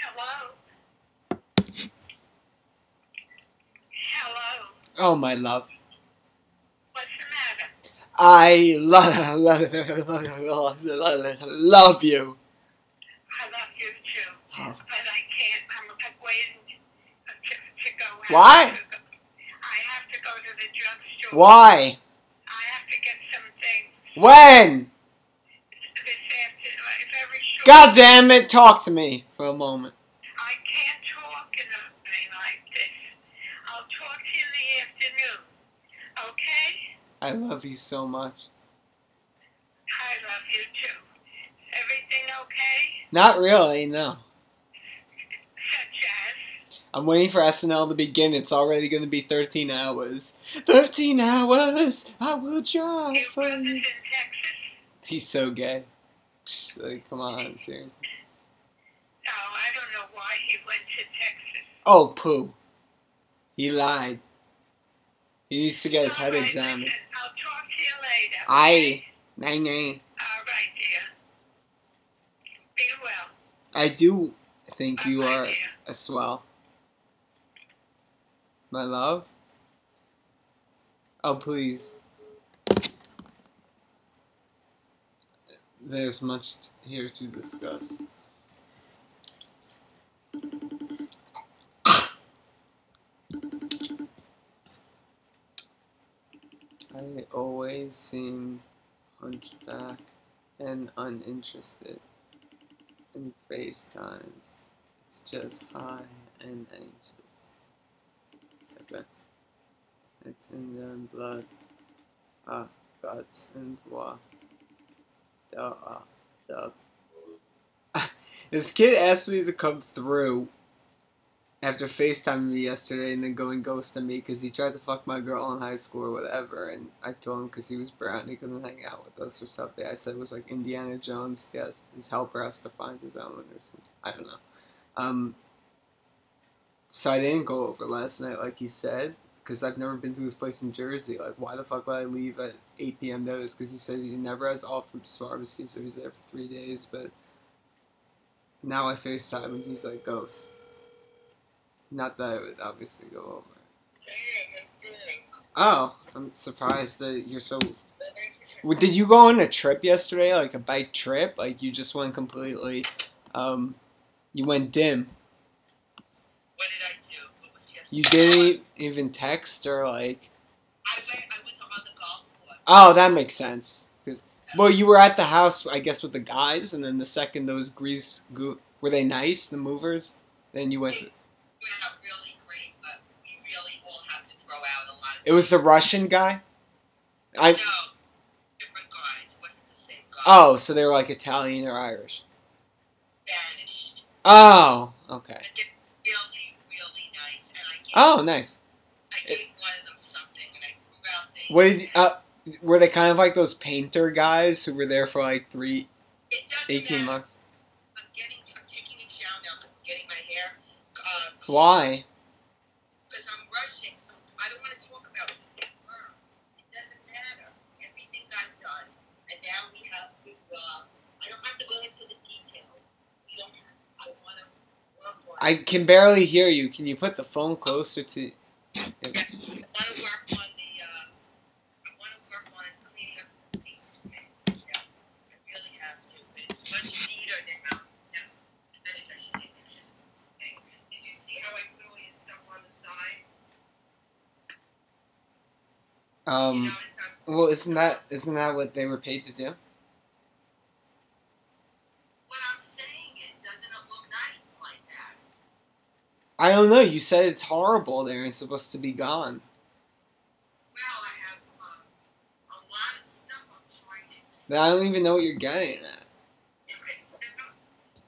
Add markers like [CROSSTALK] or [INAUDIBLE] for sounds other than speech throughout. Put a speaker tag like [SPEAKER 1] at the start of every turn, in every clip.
[SPEAKER 1] Hello? Hello?
[SPEAKER 2] Oh, my love.
[SPEAKER 1] What's the matter?
[SPEAKER 2] I love, [LAUGHS] love, love you.
[SPEAKER 1] I love you too,
[SPEAKER 2] Oh.
[SPEAKER 1] but I can't. I'm I'm waiting to, to go out.
[SPEAKER 2] Why?
[SPEAKER 1] to go- I have to go to the drugstore.
[SPEAKER 2] Why?
[SPEAKER 1] I have to get some things
[SPEAKER 2] When?
[SPEAKER 1] this afternoon. I'm very short.
[SPEAKER 2] God damn it, talk to me for a moment.
[SPEAKER 1] I can't talk in a thing like this. I'll talk to you in the afternoon. Okay?
[SPEAKER 2] I love you so much.
[SPEAKER 1] I love you too. Everything okay?
[SPEAKER 2] Not really, no.
[SPEAKER 1] Such as?
[SPEAKER 2] I'm waiting for SNL to begin. It's already going to be 13 hours. 13 hours! I will drive
[SPEAKER 1] It
[SPEAKER 2] for
[SPEAKER 1] was
[SPEAKER 2] you.
[SPEAKER 1] in Texas?
[SPEAKER 2] He's so gay. Psh, Like, come on, seriously.
[SPEAKER 1] No, Oh, I don't know why he went to Texas.
[SPEAKER 2] Oh, poo. He lied. He needs to get his head
[SPEAKER 1] All right,
[SPEAKER 2] examined.
[SPEAKER 1] listen, I'll talk to you later.
[SPEAKER 2] I, nine nine.
[SPEAKER 1] All right, dear. Be well.
[SPEAKER 2] I do think you uh,
[SPEAKER 1] Bye-bye,
[SPEAKER 2] are
[SPEAKER 1] dear.
[SPEAKER 2] a swell. My love? Oh, please. There's much here to discuss. I always seem hunchback and uninterested in FaceTimes. It's just high and anxious. Okay. It's in their blood. Ah, guts and bois. Duh, ah, duh. [LAUGHS] this kid asked me to come through after FaceTiming me yesterday and then going ghost on me because he tried to fuck my girl in high school or whatever. And I told him because he was brown, he couldn't hang out with us or something. I said it was like Indiana Jones. He has his helper has to find his own or something. I don't know. Um, so I didn't go over last night, like he said, because I've never been to his place in Jersey. Like, why the fuck would I leave at 8 p.m. notice? Because he says he never has off from his pharmacy, so he's there for three days. But now I FaceTime and he's like, ghost. Not that I would obviously go over. Oh, I'm surprised that you're so. Well, Did you go on a trip yesterday, like a bike trip? Like you just went completely, um, you went dim.
[SPEAKER 1] What did I do? What was yesterday?
[SPEAKER 2] You didn't even text or like.
[SPEAKER 1] I went, I was on the golf course.
[SPEAKER 2] Oh, that makes sense. 'Cause- well, you were at the house, I guess, with the guys, and then the second those grease goo were they nice, the movers? Then you went.
[SPEAKER 1] We went out really great, but we really all have to throw out a lot of.
[SPEAKER 2] It was the Russian guy. I
[SPEAKER 1] no, different guys. It wasn't the same guy.
[SPEAKER 2] oh, so they were like Italian or Irish.
[SPEAKER 1] Vanished.
[SPEAKER 2] Oh, okay.
[SPEAKER 1] But they're really, really nice. And I gave,
[SPEAKER 2] Oh, nice.
[SPEAKER 1] I gave one of them something, and I threw out things.
[SPEAKER 2] What did uh, were they kind of like those painter guys who were there for like three,
[SPEAKER 1] it doesn't
[SPEAKER 2] 18
[SPEAKER 1] matter.
[SPEAKER 2] months?
[SPEAKER 1] I'm getting, I'm taking a shower now because I'm getting my hair. Uh,
[SPEAKER 2] Why?
[SPEAKER 1] Because I'm rushing, so I don't want to talk about her. It doesn't matter. Everything got done, and now we have to. Uh, I don't have to go into the details. We don't have. I want to work on.
[SPEAKER 2] I can barely hear you. Can you put the phone closer to?
[SPEAKER 1] I want to work on the. Uh, I want to work on cleaning up the basement. Yeah, I really have to. It's much neater now. Yeah, that is actually just. Did you see how I put all your stuff on the side? you
[SPEAKER 2] Um.
[SPEAKER 1] notice I'm
[SPEAKER 2] Well, isn't that isn't that what they were paid to do?
[SPEAKER 1] What I'm saying is, doesn't it look nice like that?
[SPEAKER 2] I don't know. You said it's horrible there and supposed to be gone.
[SPEAKER 1] Well, I have um, a lot of stuff I'm trying to.
[SPEAKER 2] Then I don't even know what you're getting at.
[SPEAKER 1] You can step up.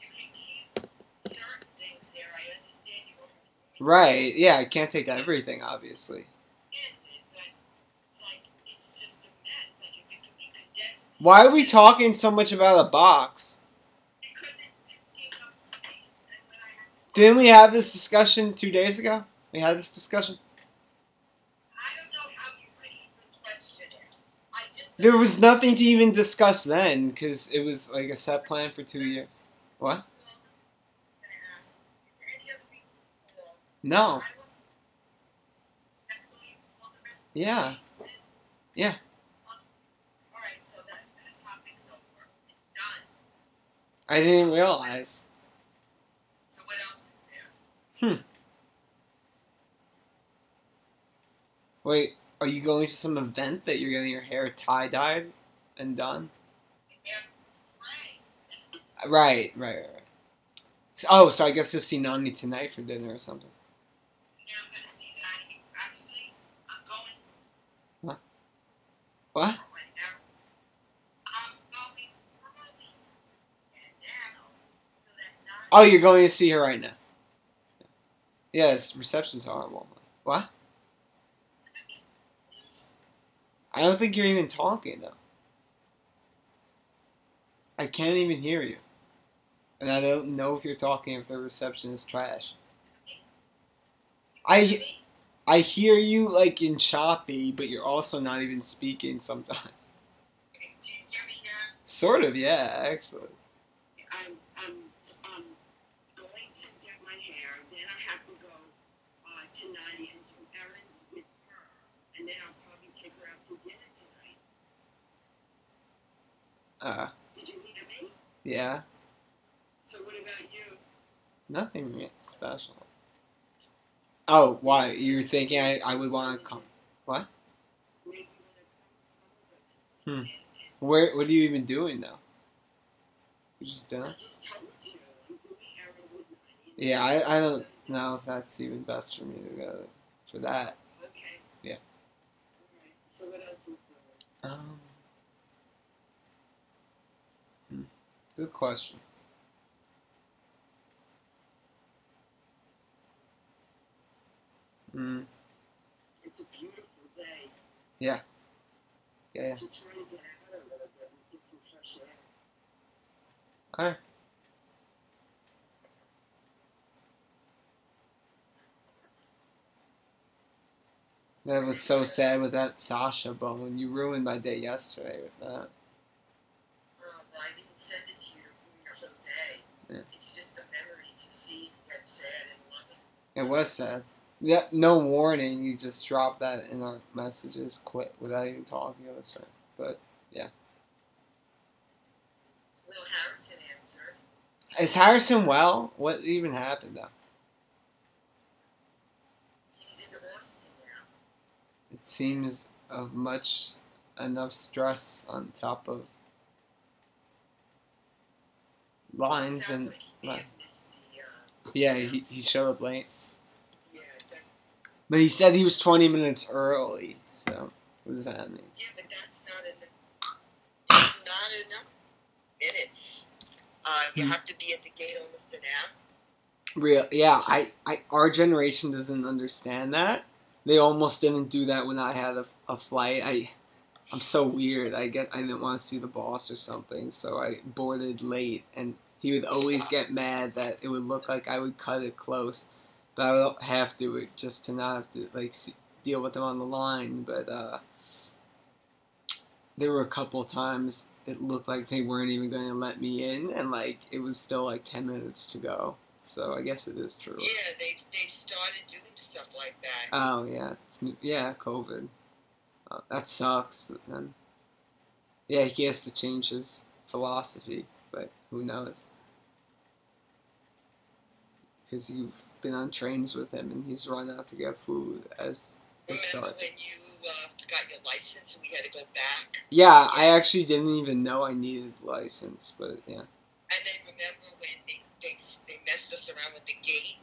[SPEAKER 1] You can keep certain things there. I understand you. don't
[SPEAKER 2] Right? Yeah, I can't take everything, obviously.
[SPEAKER 1] understand it, but it's like it's just a mess. Like if it could be condensed,
[SPEAKER 2] Why are we talking so much about a box?
[SPEAKER 1] because it's taking up space. And when I have,
[SPEAKER 2] Didn't we have this discussion two days ago? We had this discussion.
[SPEAKER 1] I don't know how you could even question it. I just
[SPEAKER 2] There was nothing to even discuss then because it was like a set plan for two years. What?
[SPEAKER 1] Well, it's gonna happen.
[SPEAKER 2] No.
[SPEAKER 1] I will- That's all you call the rest?
[SPEAKER 2] Yeah. Yeah.
[SPEAKER 1] All right, so that, that topic's over. It's done.
[SPEAKER 2] I didn't realize.
[SPEAKER 1] So what else is there?
[SPEAKER 2] Wait, are you going to some event that you're getting your hair tie dyed and done?
[SPEAKER 1] Yeah, right.
[SPEAKER 2] Right, right, right. right. So, oh, so I guess you'll see Nani tonight for dinner or something.
[SPEAKER 1] Yeah, I'm gonna see Nani. Actually, I'm going. for
[SPEAKER 2] What?
[SPEAKER 1] an hour. I'm going early. And now, so that Nani.
[SPEAKER 2] Oh, you're going to see her right now. Yeah, it's reception's horrible. What? I don't think you're even talking though. I can't even hear you, and I don't know if you're talking if the reception is trash. I I hear you like in choppy, but you're also not even speaking sometimes. [LAUGHS]
[SPEAKER 1] Do you hear me now?
[SPEAKER 2] Sort of, yeah, actually.
[SPEAKER 1] I'm, I'm, I'm going to get my hair, then I have to go uh, to Nani and do errands with her, and then I'll probably take her out to dinner tonight.
[SPEAKER 2] Uh,
[SPEAKER 1] Did you hear me?
[SPEAKER 2] yeah,
[SPEAKER 1] So what about you?
[SPEAKER 2] nothing re- special. Oh, why? You're thinking I, I would want to come. What?
[SPEAKER 1] Maybe you wanna come
[SPEAKER 2] Hmm.
[SPEAKER 1] over.
[SPEAKER 2] Where? What are you even doing though? You just
[SPEAKER 1] I
[SPEAKER 2] done?
[SPEAKER 1] just told you, I'm doing errands with Nani.
[SPEAKER 2] Yeah, I, I don't know if that's even best for me to go for that.
[SPEAKER 1] Okay.
[SPEAKER 2] Yeah.
[SPEAKER 1] All right. So what else is there?
[SPEAKER 2] Um, hmm, good question. Hmm.
[SPEAKER 1] It's a beautiful day.
[SPEAKER 2] yeah, yeah.
[SPEAKER 1] To try to get out a little bit and get some fresh air.
[SPEAKER 2] All right. That was so sad with that Sasha bone. You ruined my day yesterday with that.
[SPEAKER 1] Oh, well, I didn't send it to you for your whole day.
[SPEAKER 2] Yeah.
[SPEAKER 1] It's just a memory to see get sad and loving.
[SPEAKER 2] It was sad. Yeah, no warning. You just dropped that in our messages, quit without even talking to us. Right? But
[SPEAKER 1] Will Harrison answered.
[SPEAKER 2] is Harrison well? What even happened though?
[SPEAKER 1] He's in Austin now.
[SPEAKER 2] It seems of much enough stress on top of lines
[SPEAKER 1] Sounds
[SPEAKER 2] and
[SPEAKER 1] like he may have missed the, uh,
[SPEAKER 2] yeah, he, he showed up late.
[SPEAKER 1] yeah, that-
[SPEAKER 2] But he said he was 20 minutes early. So what does that mean?
[SPEAKER 1] yeah, but that's not enough. That's not enough minutes. Uh, you
[SPEAKER 2] Hmm.
[SPEAKER 1] have to be at the gate almost an hour.
[SPEAKER 2] Real, yeah. I, I, our generation doesn't understand that. They almost didn't do that when I had a, a flight. I, I'm so weird. I guess I didn't want to see the boss or something, so I boarded late, and he would always get mad that it would look like I would cut it close, but I would have to just to not have to like see, deal with him on the line. But uh, there were a couple times it looked like they weren't even going to let me in, and like it was still like ten minutes to go. So I guess it is true.
[SPEAKER 1] Yeah, they they started doing stuff like that.
[SPEAKER 2] Oh yeah, it's new. yeah COVID. Oh, that sucks. And yeah, he has to change his philosophy, but who knows? Because you've been on trains with him, and he's run out to get food as they
[SPEAKER 1] Remember
[SPEAKER 2] start.
[SPEAKER 1] when you uh, got your license and we had to go back?
[SPEAKER 2] Yeah, I actually didn't even know I needed the license, but yeah,
[SPEAKER 1] And then remember when they, they, they messed us around with the gate?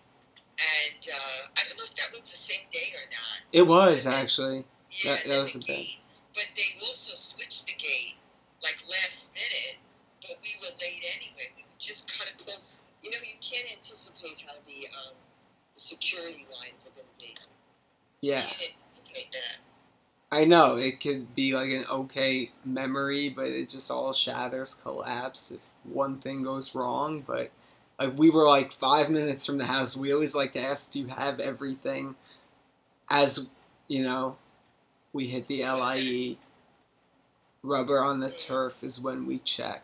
[SPEAKER 1] And uh, I don't know if that was the same day or not.
[SPEAKER 2] it was actually.
[SPEAKER 1] Yeah,
[SPEAKER 2] That-
[SPEAKER 1] and
[SPEAKER 2] that
[SPEAKER 1] then
[SPEAKER 2] was the thing.
[SPEAKER 1] gate. But they also switched the gate, like last minute. But we were late anyway. We were just kind of close. You know, you can't anticipate how the, um, the security lines are going to be.
[SPEAKER 2] Yeah,
[SPEAKER 1] You can't anticipate that.
[SPEAKER 2] I know it could be like an okay memory, but it just all shatters, collapse if one thing goes wrong. But like we were like five minutes from the house. We always like to ask, "Do you have everything?" As you know, we hit the LIE. Rubber on the turf is when we check,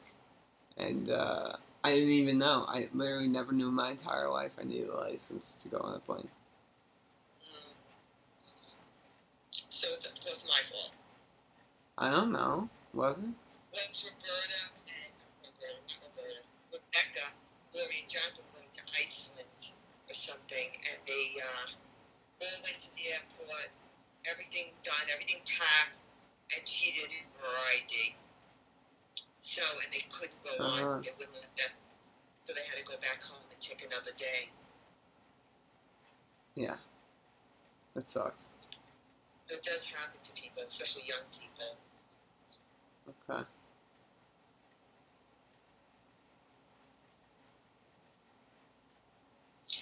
[SPEAKER 2] and uh, I didn't even know. I literally never knew in my entire life I needed a license to go on a plane.
[SPEAKER 1] Mm. was my fault.
[SPEAKER 2] I don't know. Was it?
[SPEAKER 1] When Roberta and Roberta, not Roberta, Rebecca, Gloria and Jonathan went to Iceland or something, and they uh, all went to the airport, everything done, everything packed, and she didn't have her ID. So, and they couldn't go
[SPEAKER 2] Uh-huh.
[SPEAKER 1] on. They wouldn't let them. So they had to go back home and take another day.
[SPEAKER 2] That sucks.
[SPEAKER 1] It does happen to people, especially young people.
[SPEAKER 2] Okay.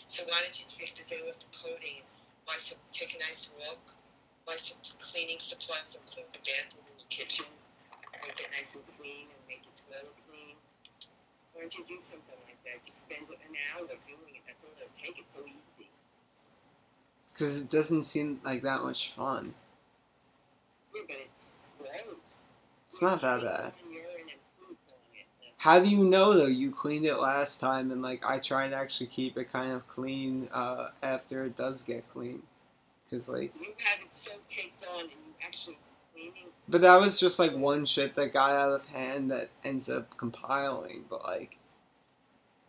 [SPEAKER 1] So why don't you take the day off the coding, buy some, take a nice walk, buy some cleaning supplies, some clean the bathroom and the kitchen, make it nice and clean and make the toilet clean. Why don't you do something like that? Just spend an hour doing it. That's all it'll take. It's so easy.
[SPEAKER 2] Because it doesn't seem like that much fun.
[SPEAKER 1] Yeah, but it's gross.
[SPEAKER 2] It's not that
[SPEAKER 1] You're
[SPEAKER 2] bad.
[SPEAKER 1] putting urine and poop on it.
[SPEAKER 2] How do you know though? You cleaned it last time, and like I try to actually keep it kind of clean uh, after it does get clean, because like.
[SPEAKER 1] You have it so taped on and you actually cleaning.
[SPEAKER 2] But that was just like one shit that got out of hand that ends up compiling. But like,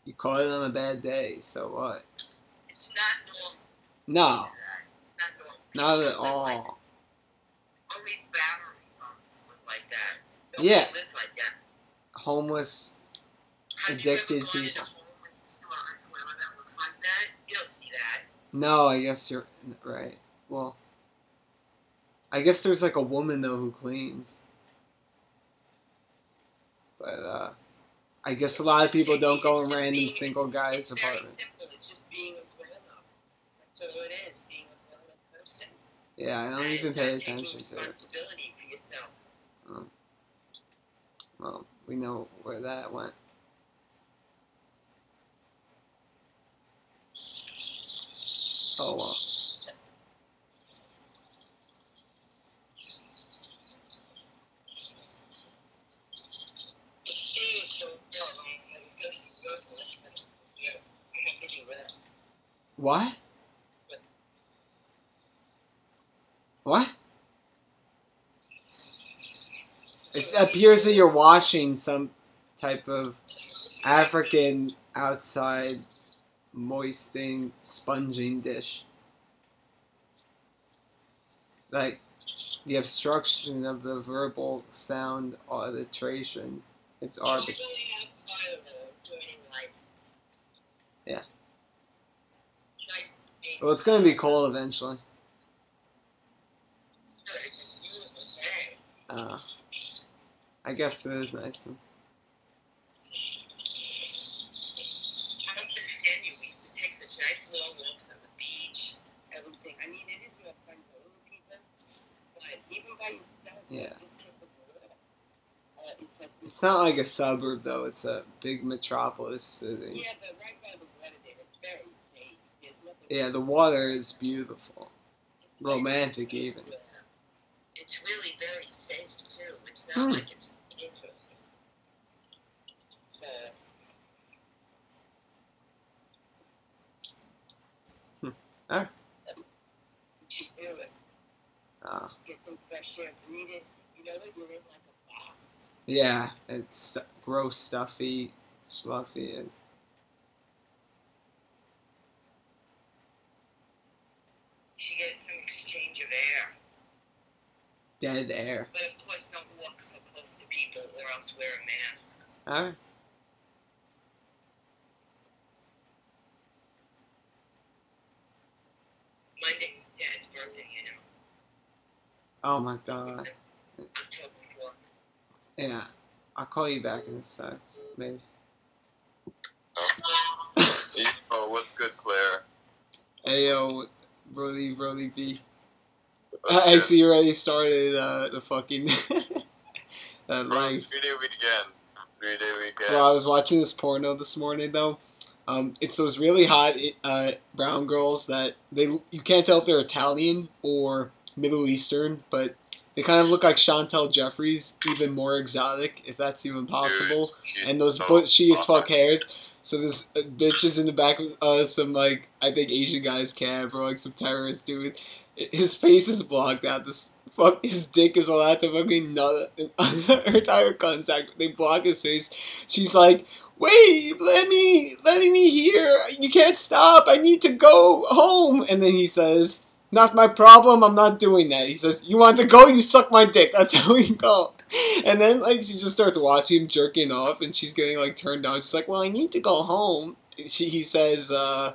[SPEAKER 2] you caught it on a bad day, so what?
[SPEAKER 1] It's not normal.
[SPEAKER 2] No,
[SPEAKER 1] Not normal.
[SPEAKER 2] Oh. not at all.
[SPEAKER 1] only battery phones look like that.
[SPEAKER 2] Yeah.
[SPEAKER 1] Live like that.
[SPEAKER 2] Homeless.
[SPEAKER 1] Have
[SPEAKER 2] Addicted
[SPEAKER 1] you ever gone
[SPEAKER 2] people.
[SPEAKER 1] In a homeless restaurant or whatever that looks like that? You don't see that.
[SPEAKER 2] No, I guess you're right. Well, I guess there's like a woman though who cleans. But uh, I guess a lot of people don't go in random single guys'
[SPEAKER 1] it's very
[SPEAKER 2] apartments.
[SPEAKER 1] simple. It's just being a grown up. That's all it is. Being a grown up person.
[SPEAKER 2] Yeah, I don't
[SPEAKER 1] And,
[SPEAKER 2] even
[SPEAKER 1] uh,
[SPEAKER 2] pay
[SPEAKER 1] taking
[SPEAKER 2] attention to it. Um,
[SPEAKER 1] responsibility for yourself.
[SPEAKER 2] Well, we know where that went. Oh well.
[SPEAKER 1] It seems so dumb. I'm going to go to hospital. Yeah. I'm not going to do that.
[SPEAKER 2] What? What? It appears that you're watching some type of African outside moisting sponging dish. Like the obstruction of the verbal sound arbitration. It's
[SPEAKER 1] I'm
[SPEAKER 2] arbit.
[SPEAKER 1] going outside of the joining life.
[SPEAKER 2] Yeah.
[SPEAKER 1] Like, being-
[SPEAKER 2] Well, it's gonna be cold eventually.
[SPEAKER 1] No, it's just beautiful day.
[SPEAKER 2] Uh, I guess it is nice.
[SPEAKER 1] I don't understand you. We used to take such nice long walks on the beach, everything. I mean, it is real fun for little people, but even by yourself,
[SPEAKER 2] Yeah.
[SPEAKER 1] you just take a walk. Uh, it's, a,
[SPEAKER 2] It's not like a suburb though. It's a big metropolis city.
[SPEAKER 1] Yeah, but right by the water there, it's very safe. There's nothing.
[SPEAKER 2] Yeah, the water is beautiful.
[SPEAKER 1] It's
[SPEAKER 2] romantic
[SPEAKER 1] very-
[SPEAKER 2] even.
[SPEAKER 1] It's really very safe too. It's not
[SPEAKER 2] Hmm.
[SPEAKER 1] like it's dangerous. So.
[SPEAKER 2] Hmm. Ah.
[SPEAKER 1] You should do it.
[SPEAKER 2] Uh,
[SPEAKER 1] get some fresh air. You need it. You know that you're in like a box.
[SPEAKER 2] yeah, it's stu- gross, stuffy, sloughy, and
[SPEAKER 1] She gets an exchange of air.
[SPEAKER 2] dead air.
[SPEAKER 1] But of course, don't walk so close to people or else wear a mask.
[SPEAKER 2] Alright.
[SPEAKER 1] Monday is Dad's birthday, you know.
[SPEAKER 2] Oh my god.
[SPEAKER 1] October 4th.
[SPEAKER 2] Yeah, I'll call you back in a sec. Maybe.
[SPEAKER 3] Oh, what's good, Claire?
[SPEAKER 2] Ayo, really, really be.
[SPEAKER 3] What's
[SPEAKER 2] I I
[SPEAKER 3] good?
[SPEAKER 2] see you already started uh, the fucking [LAUGHS] that
[SPEAKER 3] Bro,
[SPEAKER 2] life.
[SPEAKER 3] Three day weekend. Three day weekend.
[SPEAKER 2] Bro, I was watching this porno this morning though. Um, it's those really hot uh, brown girls that they you can't tell if they're Italian or Middle Eastern, but they kind of look like Chantel Jeffries, even more exotic, if that's even possible. And those bushy as fuck hairs. So this uh, bitch is in the back of uh, some like I think Asian guy's cab or like some terrorist dude. His face is blocked out. This fuck his dick is allowed to fucking nut on [LAUGHS] her entire contact. They block his face. She's like, wait, let me, let me here. You can't stop. I need to go home. And then he says, not my problem. I'm not doing that. He says, you want to go? You suck my dick. [LAUGHS] That's how we go. And then like she just starts watching him jerking off, and she's getting like turned on. She's like, well, I need to go home. She he says. uh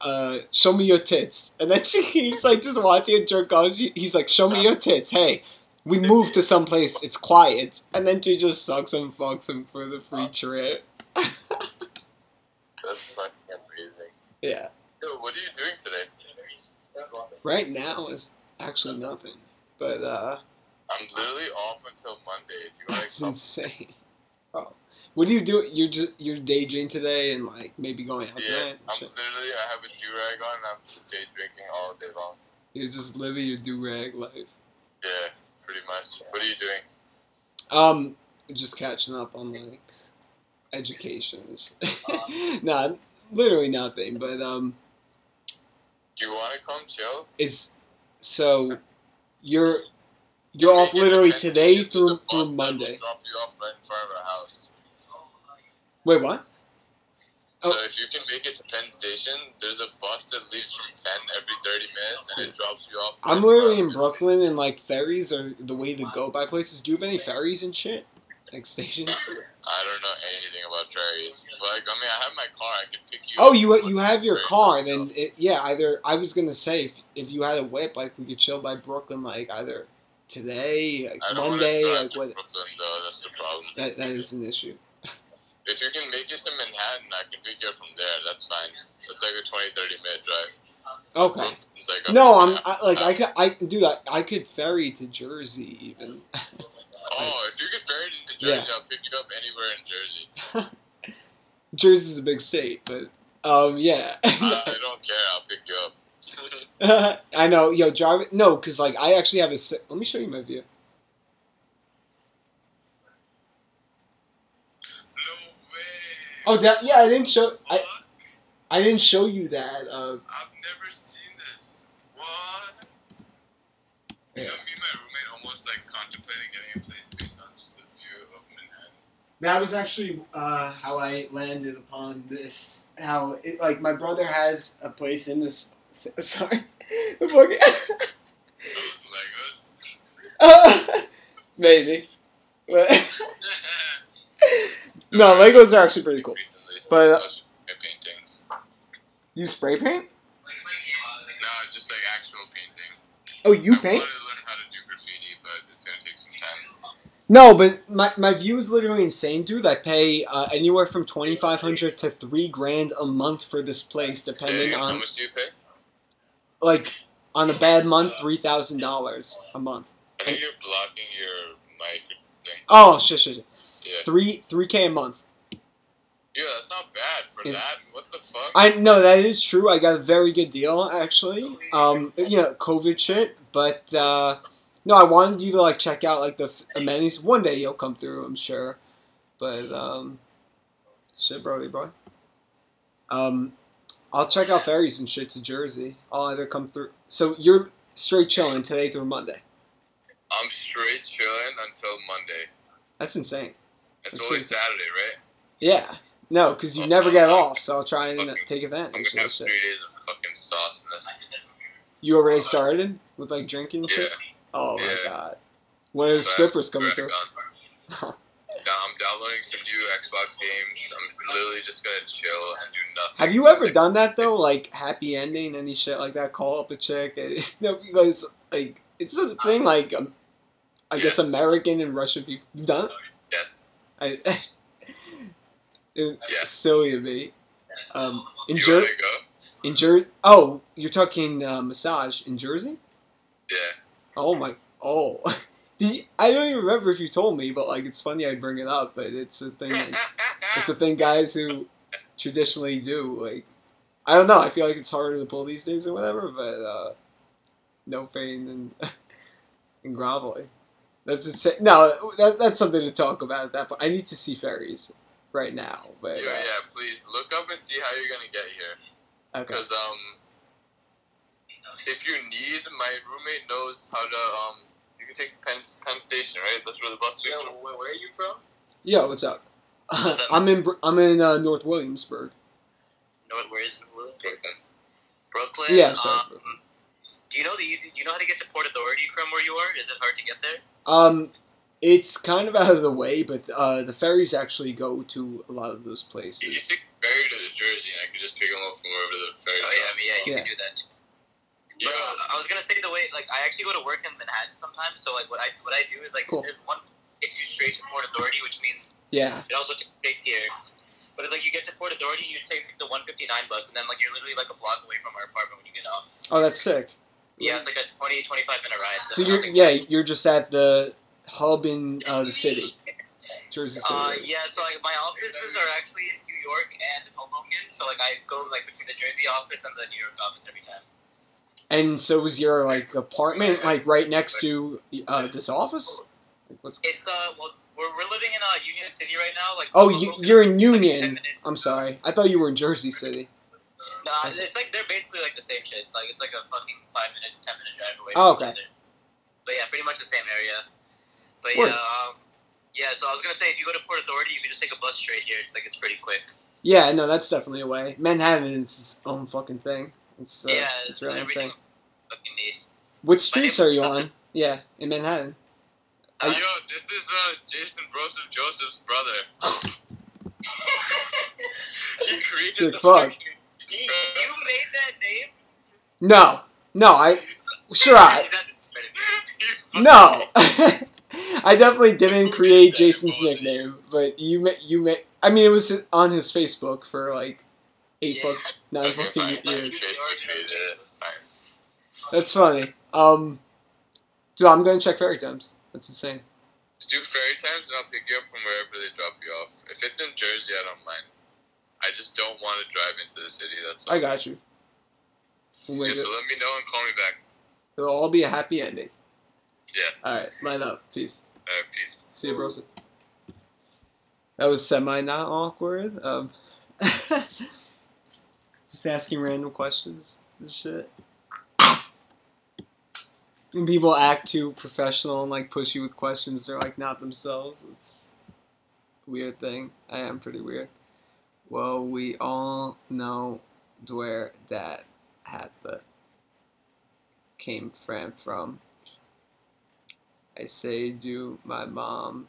[SPEAKER 2] uh, show me your tits. And then [LAUGHS] she keeps like just watching it jerk off. She, he's like, show me your tits. Hey, we move to someplace. It's quiet. And then she just sucks and fucks him for the free trip.
[SPEAKER 3] That's fucking amazing.
[SPEAKER 2] Yeah.
[SPEAKER 3] Yo, what are you doing today?
[SPEAKER 2] Right now is actually nothing. But uh,
[SPEAKER 3] I'm literally off until Monday. Do you want to
[SPEAKER 2] that's
[SPEAKER 3] come?
[SPEAKER 2] insane. [LAUGHS] Oh. What do you do? You're just you're day drink today and like maybe going out
[SPEAKER 3] Yeah,
[SPEAKER 2] tonight.
[SPEAKER 3] I'm
[SPEAKER 2] Shit.
[SPEAKER 3] literally, I have a do rag on and I'm just day drinking all day long.
[SPEAKER 2] You're just living your do rag life.
[SPEAKER 3] Yeah, pretty much. What are you doing?
[SPEAKER 2] Um, just catching up on like education. [LAUGHS] nah, literally nothing. But um,
[SPEAKER 3] Do you want to come chill?
[SPEAKER 2] it's so you're you're off literally today through through Monday.
[SPEAKER 3] Drop you off right in front of our house.
[SPEAKER 2] Wait, what?
[SPEAKER 3] So
[SPEAKER 2] Oh.
[SPEAKER 3] if you can make it to Penn Station, there's a bus that leaves from Penn every 30 minutes and it drops you off.
[SPEAKER 2] I'm
[SPEAKER 3] right
[SPEAKER 2] literally
[SPEAKER 3] front
[SPEAKER 2] in
[SPEAKER 3] of your place.
[SPEAKER 2] Brooklyn, and like ferries are the way to go by places. Do you have any ferries and shit? Like stations?
[SPEAKER 3] I don't know anything about ferries, but like, I mean, I have my car. I can pick you.
[SPEAKER 2] Oh,
[SPEAKER 3] up
[SPEAKER 2] you
[SPEAKER 3] from
[SPEAKER 2] you have your
[SPEAKER 3] ferry
[SPEAKER 2] car.
[SPEAKER 3] myself.
[SPEAKER 2] Then it, yeah, either I was gonna say if, if you had a whip, like we could chill by Brooklyn, like either today, like
[SPEAKER 3] I don't wanna
[SPEAKER 2] Monday,
[SPEAKER 3] drive
[SPEAKER 2] like
[SPEAKER 3] to
[SPEAKER 2] what.
[SPEAKER 3] Brooklyn though. That's the problem.
[SPEAKER 2] That, that is an issue.
[SPEAKER 3] If you can make it to Manhattan, I can pick you up from there. That's fine. It's like a 20, 30 minute drive.
[SPEAKER 2] Okay.
[SPEAKER 3] Brooklyn's like a-
[SPEAKER 2] No, I'm I, like I could I dude I, I could ferry to Jersey even. [LAUGHS]
[SPEAKER 3] Oh, if you get ferried into
[SPEAKER 2] Yeah.
[SPEAKER 3] Jersey, I'll pick you up anywhere in
[SPEAKER 2] [LAUGHS]
[SPEAKER 3] Jersey.
[SPEAKER 2] Jersey's a big state, but um yeah. [LAUGHS]
[SPEAKER 3] I, I don't care. I'll pick you up.
[SPEAKER 2] I know, yo, driving no, cause like I actually have a. si- Let me show you my view.
[SPEAKER 3] [LAUGHS] no way.
[SPEAKER 2] Oh, that, yeah, I didn't show. I
[SPEAKER 3] What?
[SPEAKER 2] I didn't show you that. Uh,
[SPEAKER 3] I've never seen this. What? You
[SPEAKER 2] Yeah.
[SPEAKER 3] know, me and my roommate almost like contemplated getting a place based on just the view of Manhattan.
[SPEAKER 2] that was actually uh, how I landed upon this. How it, like my brother has a place in this. [LAUGHS] Sorry, the fucking-
[SPEAKER 3] That was Legos.
[SPEAKER 2] [LAUGHS]
[SPEAKER 3] [LAUGHS]
[SPEAKER 2] maybe. But, [LAUGHS] no, Legos are actually pretty cool.
[SPEAKER 3] Recently,
[SPEAKER 2] But, uh,
[SPEAKER 3] I was showing my paintings.
[SPEAKER 2] You spray paint?
[SPEAKER 3] No, just like actual painting.
[SPEAKER 2] Oh, you
[SPEAKER 3] I
[SPEAKER 2] paint?
[SPEAKER 3] wanted to learn how to do graffiti, but it's gonna take some time.
[SPEAKER 2] No, but my, my view is literally insane, dude. I pay uh, anywhere from twenty five hundred to three grand a month for this place,
[SPEAKER 3] Say,
[SPEAKER 2] depending
[SPEAKER 3] how
[SPEAKER 2] on
[SPEAKER 3] much do you pay?
[SPEAKER 2] like on a bad month, three thousand dollars a month.
[SPEAKER 3] I think you're blocking your mic. Thing.
[SPEAKER 2] Oh shit, shit, shit.
[SPEAKER 3] Yeah.
[SPEAKER 2] three three k a month.
[SPEAKER 3] Yeah, that's not bad for
[SPEAKER 2] Is-
[SPEAKER 3] that. What the fuck?
[SPEAKER 2] I no, that is true. I got a very good deal actually. Um, you know, COVID shit, but uh, no, I wanted you to like check out like the f- amenities. One day you'll come through, I'm sure. But um, shit, brother, bro. Um, I'll check out ferries and shit to Jersey. I'll either come through. So you're straight chilling today through Monday.
[SPEAKER 3] I'm straight chilling until Monday.
[SPEAKER 2] That's insane.
[SPEAKER 3] It's
[SPEAKER 2] That's
[SPEAKER 3] only
[SPEAKER 2] pretty-
[SPEAKER 3] Saturday, right?
[SPEAKER 2] Yeah. No, because you never get off, so I'll try and uh, take
[SPEAKER 3] I'm
[SPEAKER 2] advantage of
[SPEAKER 3] gonna have
[SPEAKER 2] that shit.
[SPEAKER 3] three days of fucking sauceness.
[SPEAKER 2] You already started with like drinking and
[SPEAKER 3] Yeah,
[SPEAKER 2] shit? Oh my
[SPEAKER 3] Yeah.
[SPEAKER 2] god. One of the
[SPEAKER 3] Right.
[SPEAKER 2] strippers coming
[SPEAKER 3] right
[SPEAKER 2] through.
[SPEAKER 3] on. Now I'm downloading some new Xbox games. I'm literally just gonna chill and do nothing.
[SPEAKER 2] Have you ever done that though? Like happy ending, any shit like that? Call up a chick? And, [LAUGHS] no, because like it's a thing. Like um, I guess
[SPEAKER 3] Yes.
[SPEAKER 2] American and Russian people you've
[SPEAKER 3] [LAUGHS]
[SPEAKER 2] done. it?
[SPEAKER 3] Yes.
[SPEAKER 2] I, [LAUGHS] it's
[SPEAKER 3] Yes.
[SPEAKER 2] silly to me. Um, in
[SPEAKER 3] You wanna
[SPEAKER 2] Jer-
[SPEAKER 3] go?
[SPEAKER 2] in Jer- Oh, you're talking uh, massage in Jersey?
[SPEAKER 3] Yeah.
[SPEAKER 2] Oh my! Oh, [LAUGHS] Did you- I don't even remember if you told me, but like it's funny I bring it up, but it's a
[SPEAKER 3] [LAUGHS]
[SPEAKER 2] thing. Like, [LAUGHS] it's a thing guys who traditionally do. Like I don't know. I feel like it's harder to pull these days or whatever, but uh, no pain and [LAUGHS] and groveling. That's insane. No, that, that's something to talk about at that point. I need to see fairies right now, but
[SPEAKER 3] yeah,
[SPEAKER 2] uh,
[SPEAKER 3] yeah. Please look up and see how you're gonna get here.
[SPEAKER 2] okay.
[SPEAKER 3] Cause um, if you need, my roommate knows how to um, you can take Penn, Penn Station, right? That's where the bus leaves.
[SPEAKER 4] Yo, where, where are you from?
[SPEAKER 2] Yo, what's up?
[SPEAKER 4] What's up?
[SPEAKER 2] [LAUGHS] I'm in Br- I'm in uh, North Williamsburg.
[SPEAKER 4] North, where is it?
[SPEAKER 3] Brooklyn.
[SPEAKER 4] Brooklyn.
[SPEAKER 2] Yeah, I'm sorry.
[SPEAKER 4] um, do you know the easy? Do you know how to get to Port Authority from where you are? Is it hard to get there?
[SPEAKER 2] Um, it's kind of out of the way, but uh, the ferries actually go to a lot of those
[SPEAKER 3] You
[SPEAKER 2] places.
[SPEAKER 3] just take the ferry to Jersey, and I could just pick them up from wherever the ferry.
[SPEAKER 4] Oh yeah, I mean yeah, you
[SPEAKER 2] Yeah.
[SPEAKER 4] can do that. Too.
[SPEAKER 3] yeah.
[SPEAKER 4] Bro, I was gonna say the way like I actually go to work in Manhattan sometimes. So like what I what I do is like
[SPEAKER 2] Cool.
[SPEAKER 4] there's one takes you straight to Port Authority, which means
[SPEAKER 2] Yeah,
[SPEAKER 4] It also takes big here. But it's like you get to Port Authority, you just take the 159 bus, and then like you're literally like a block away from our apartment when you get off.
[SPEAKER 2] Oh, that's sick.
[SPEAKER 4] Yeah, it's like a 20, 25 minute ride.
[SPEAKER 2] So
[SPEAKER 4] I
[SPEAKER 2] you're
[SPEAKER 4] think-
[SPEAKER 2] yeah, you're just at the hub in uh, the city, Jersey City.
[SPEAKER 4] Uh, yeah, so like my offices are actually in New York and Hoboken, so like I go like between the Jersey office and the New York office every time.
[SPEAKER 2] And so was your like apartment like right next to uh, this office? Like, what's
[SPEAKER 4] It's uh, well, we're, we're living in uh Union City right now. Like
[SPEAKER 2] Oh, you,
[SPEAKER 4] Hoboken is,
[SPEAKER 2] you're in
[SPEAKER 4] like, 10
[SPEAKER 2] Union.
[SPEAKER 4] minutes.
[SPEAKER 2] I'm sorry. I thought you were in Jersey City.
[SPEAKER 4] Nah, it's like they're basically like the same shit. Like it's like a fucking five minute, ten minute drive away.
[SPEAKER 2] Oh,
[SPEAKER 4] from
[SPEAKER 2] okay.
[SPEAKER 4] each other. But yeah, pretty much the same area. But
[SPEAKER 2] Word.
[SPEAKER 4] yeah, um, yeah. So I was gonna say, if you go to Port Authority, you can just take a bus straight here. It's like it's pretty quick.
[SPEAKER 2] Yeah, no, that's definitely a way. Manhattan is its own fucking thing. It's uh,
[SPEAKER 4] yeah,
[SPEAKER 2] it's really
[SPEAKER 4] everything
[SPEAKER 2] insane.
[SPEAKER 4] Fucking neat.
[SPEAKER 2] What streets are you
[SPEAKER 4] doesn't-
[SPEAKER 2] on? Yeah, in Manhattan.
[SPEAKER 3] Yo,
[SPEAKER 4] I-
[SPEAKER 3] this is uh, Jason Broseph Joseph's brother. [LAUGHS] he created
[SPEAKER 2] Sick
[SPEAKER 3] the
[SPEAKER 2] fuck.
[SPEAKER 3] fucking.
[SPEAKER 4] You, you made that name?
[SPEAKER 2] No, no, I sure I
[SPEAKER 4] Is that-
[SPEAKER 3] he fucking-
[SPEAKER 2] no. [LAUGHS] I definitely didn't create Jason's nickname, but you ma- you ma- I mean, it was on his Facebook for like eight
[SPEAKER 4] Yeah.
[SPEAKER 2] fuck nine
[SPEAKER 3] Okay, fine,
[SPEAKER 2] fucking
[SPEAKER 3] fine.
[SPEAKER 2] years.
[SPEAKER 3] Jason created it. Fine.
[SPEAKER 2] That's funny. Um, dude, I'm gonna check fairy times. That's insane.
[SPEAKER 3] Just do ferry times, and I'll pick you up from wherever they drop you off. If it's in Jersey, I don't mind. I just don't want to drive into the city. That's all.
[SPEAKER 2] I got you. We'll
[SPEAKER 3] Yeah,
[SPEAKER 2] make it.
[SPEAKER 3] so let me know and call me back.
[SPEAKER 2] It'll all be a happy ending.
[SPEAKER 3] Yes.
[SPEAKER 2] All right, line up. Peace.
[SPEAKER 3] Uh, peace.
[SPEAKER 2] See you, bros. That was semi not awkward. Um, [LAUGHS] just asking random questions and shit. When people act too professional and like push you with questions, they're like not themselves. It's a weird thing. I am pretty weird. Well, we all know where that hat the came from from. I say do my mom.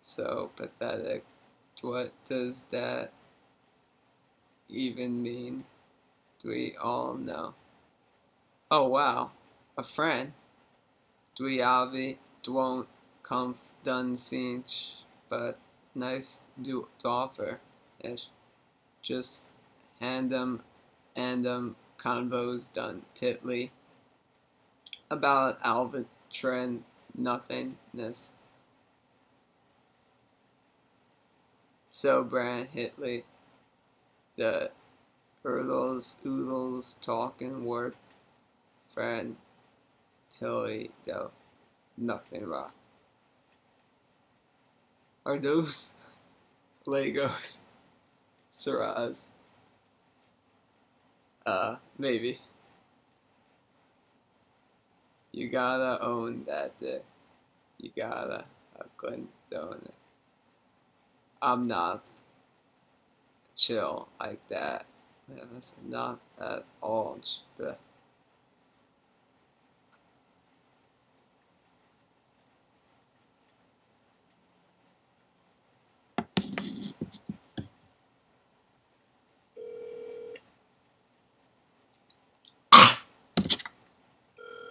[SPEAKER 2] So pathetic. What does that even mean? Do we all know? Oh wow, a friend. Do we avi don't come done seen but nice do to offer ish. Just hand them and um convos done titly about Alvin Trend nothingness. So Brand Hitley, the Earls Oodles talking word friend Tilly Delph nothing rock. Are those [LAUGHS] Legos? Shiraz? Uh, maybe. You gotta own that dick. You gotta. I couldn't own it. I'm not chill like that. Yeah, That's not at all. ch- oh, bleh.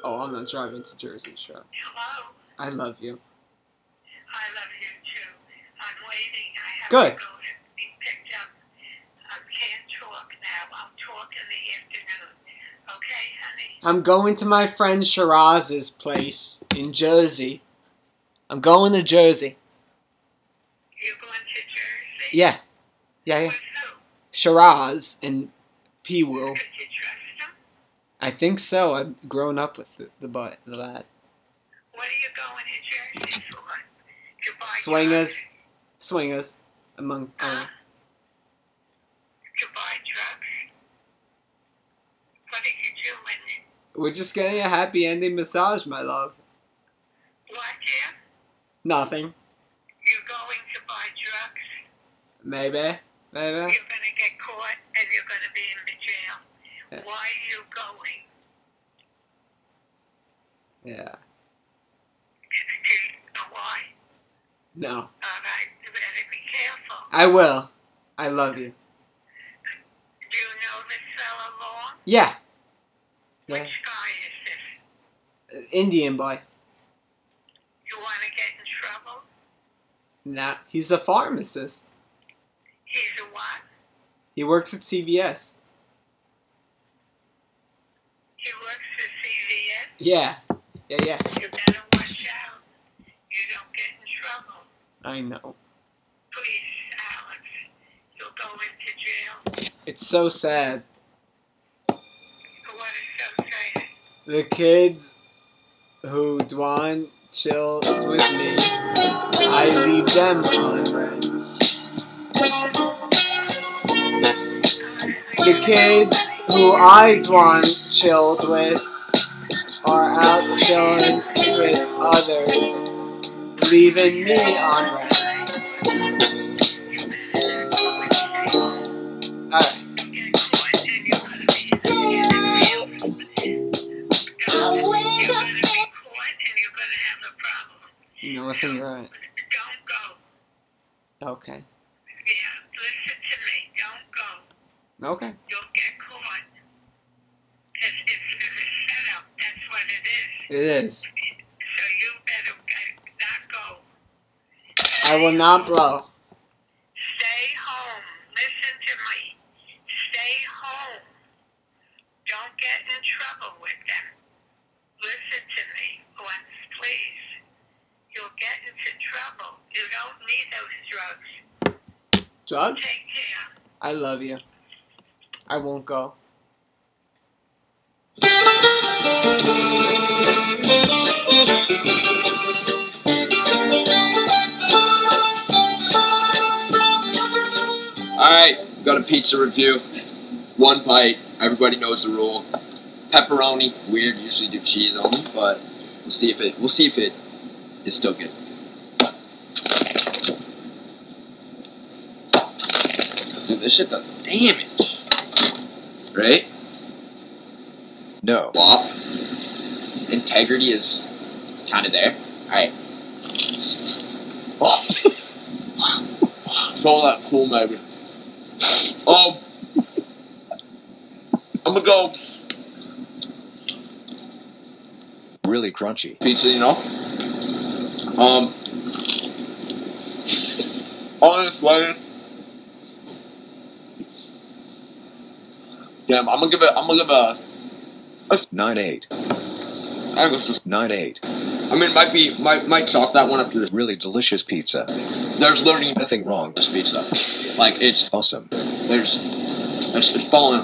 [SPEAKER 2] Oh, I'm not driving to Jersey, sure.
[SPEAKER 1] Hello.
[SPEAKER 2] I love you.
[SPEAKER 1] I love you too. I'm waiting. I have
[SPEAKER 2] Good.
[SPEAKER 1] to go to be picked up. I can't talk now. I'll talk in the afternoon. Okay, honey?
[SPEAKER 2] I'm going to my friend Shiraz's place in Jersey. I'm going to Jersey.
[SPEAKER 1] You're going to Jersey?
[SPEAKER 2] Yeah. Yeah, yeah.
[SPEAKER 1] With who?
[SPEAKER 2] Shiraz and Piwu.
[SPEAKER 1] Could you trust him?
[SPEAKER 2] I think so. I've grown up with the, the, bu- the lad.
[SPEAKER 1] What are you going to Jersey for? To buy
[SPEAKER 2] Swingers.
[SPEAKER 1] drugs?
[SPEAKER 2] Swingers. Among.
[SPEAKER 1] Huh?
[SPEAKER 2] Uh,
[SPEAKER 1] To buy drugs? What did you do in
[SPEAKER 2] We're just getting a happy ending massage, my love.
[SPEAKER 1] What, Jim?
[SPEAKER 2] Nothing.
[SPEAKER 1] You're going to buy drugs.
[SPEAKER 2] Maybe. Maybe.
[SPEAKER 1] You're going to get caught and you're going to be in the jail.
[SPEAKER 2] Yeah.
[SPEAKER 1] Why are you going
[SPEAKER 2] Yeah.
[SPEAKER 1] to Hawaii?
[SPEAKER 2] No.
[SPEAKER 1] All right, you better be careful.
[SPEAKER 2] I will. I love you.
[SPEAKER 1] Do you know this fella long?
[SPEAKER 2] Yeah. Yeah.
[SPEAKER 1] Which guy is this?
[SPEAKER 2] Indian boy.
[SPEAKER 1] You want to get in trouble?
[SPEAKER 2] Nah. He's a pharmacist.
[SPEAKER 1] He's a what?
[SPEAKER 2] He works at CVS.
[SPEAKER 1] He works for CVS.
[SPEAKER 2] Yeah. Yeah, yeah.
[SPEAKER 1] You better watch out. You don't get in trouble.
[SPEAKER 2] I know.
[SPEAKER 1] Please, Alex. You'll go into jail.
[SPEAKER 2] It's so sad.
[SPEAKER 1] What is so sad?
[SPEAKER 2] The kids who Dwan chills with me, I leave them on red. The kids who I Dwan chilled with are out chilling with others, leaving me on red. Alright, you know, I think you're right.
[SPEAKER 1] Don't go.
[SPEAKER 2] Okay.
[SPEAKER 1] Yeah, listen to me. Don't go.
[SPEAKER 2] Okay.
[SPEAKER 1] Don't get caught. It's, it's, it's a setup. That's what it is.
[SPEAKER 2] It is.
[SPEAKER 1] So you better get, not go.
[SPEAKER 2] I will not blow.
[SPEAKER 1] Stay home. Listen to me. Stay home. Don't get in trouble with them. Listen to me once, please. You'll get into trouble. You don't need those drugs.
[SPEAKER 2] Drugs?
[SPEAKER 1] Take care.
[SPEAKER 2] I love you. I won't go.
[SPEAKER 5] Alright, got a pizza review. One bite, everybody knows the rule. Pepperoni, weird, usually do cheese only, but we'll see if it we'll see if it is still good. Dude, this shit does damage. Right? No. Flop. Integrity is kinda there. Alright. [LAUGHS] Oh. It's all that cool moment. Um, I'm gonna go
[SPEAKER 6] really crunchy.
[SPEAKER 5] pizza, you know. Um, honestly, damn, I'm gonna give it. I'm gonna give a.
[SPEAKER 6] 9-8.
[SPEAKER 5] I was just.
[SPEAKER 6] 9-8.
[SPEAKER 5] I mean, might be might might chalk that one up to this.
[SPEAKER 6] Really delicious pizza.
[SPEAKER 5] There's literally
[SPEAKER 6] Nothing wrong.
[SPEAKER 5] this pizza. Like it's
[SPEAKER 6] Awesome.
[SPEAKER 5] there's it's, it's falling.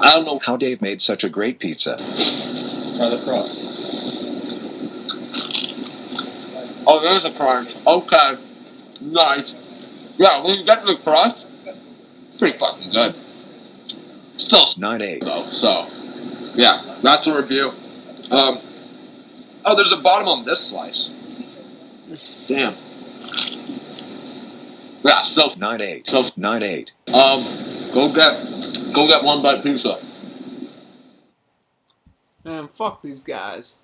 [SPEAKER 5] I don't know.
[SPEAKER 6] How Dave made such a great pizza.
[SPEAKER 5] Try the crust. Oh, there's a crust. Okay. Nice. Yeah, when you get to the crust, it's pretty fucking good. Still s-
[SPEAKER 6] 9-8.
[SPEAKER 5] though, so yeah, that's a review. Um, oh, there's a bottom on this slice. Damn. Yeah, still
[SPEAKER 6] 9-8.
[SPEAKER 5] So-
[SPEAKER 6] 9-8.
[SPEAKER 5] um, go get go get one bite pizza.
[SPEAKER 2] Man, fuck these guys.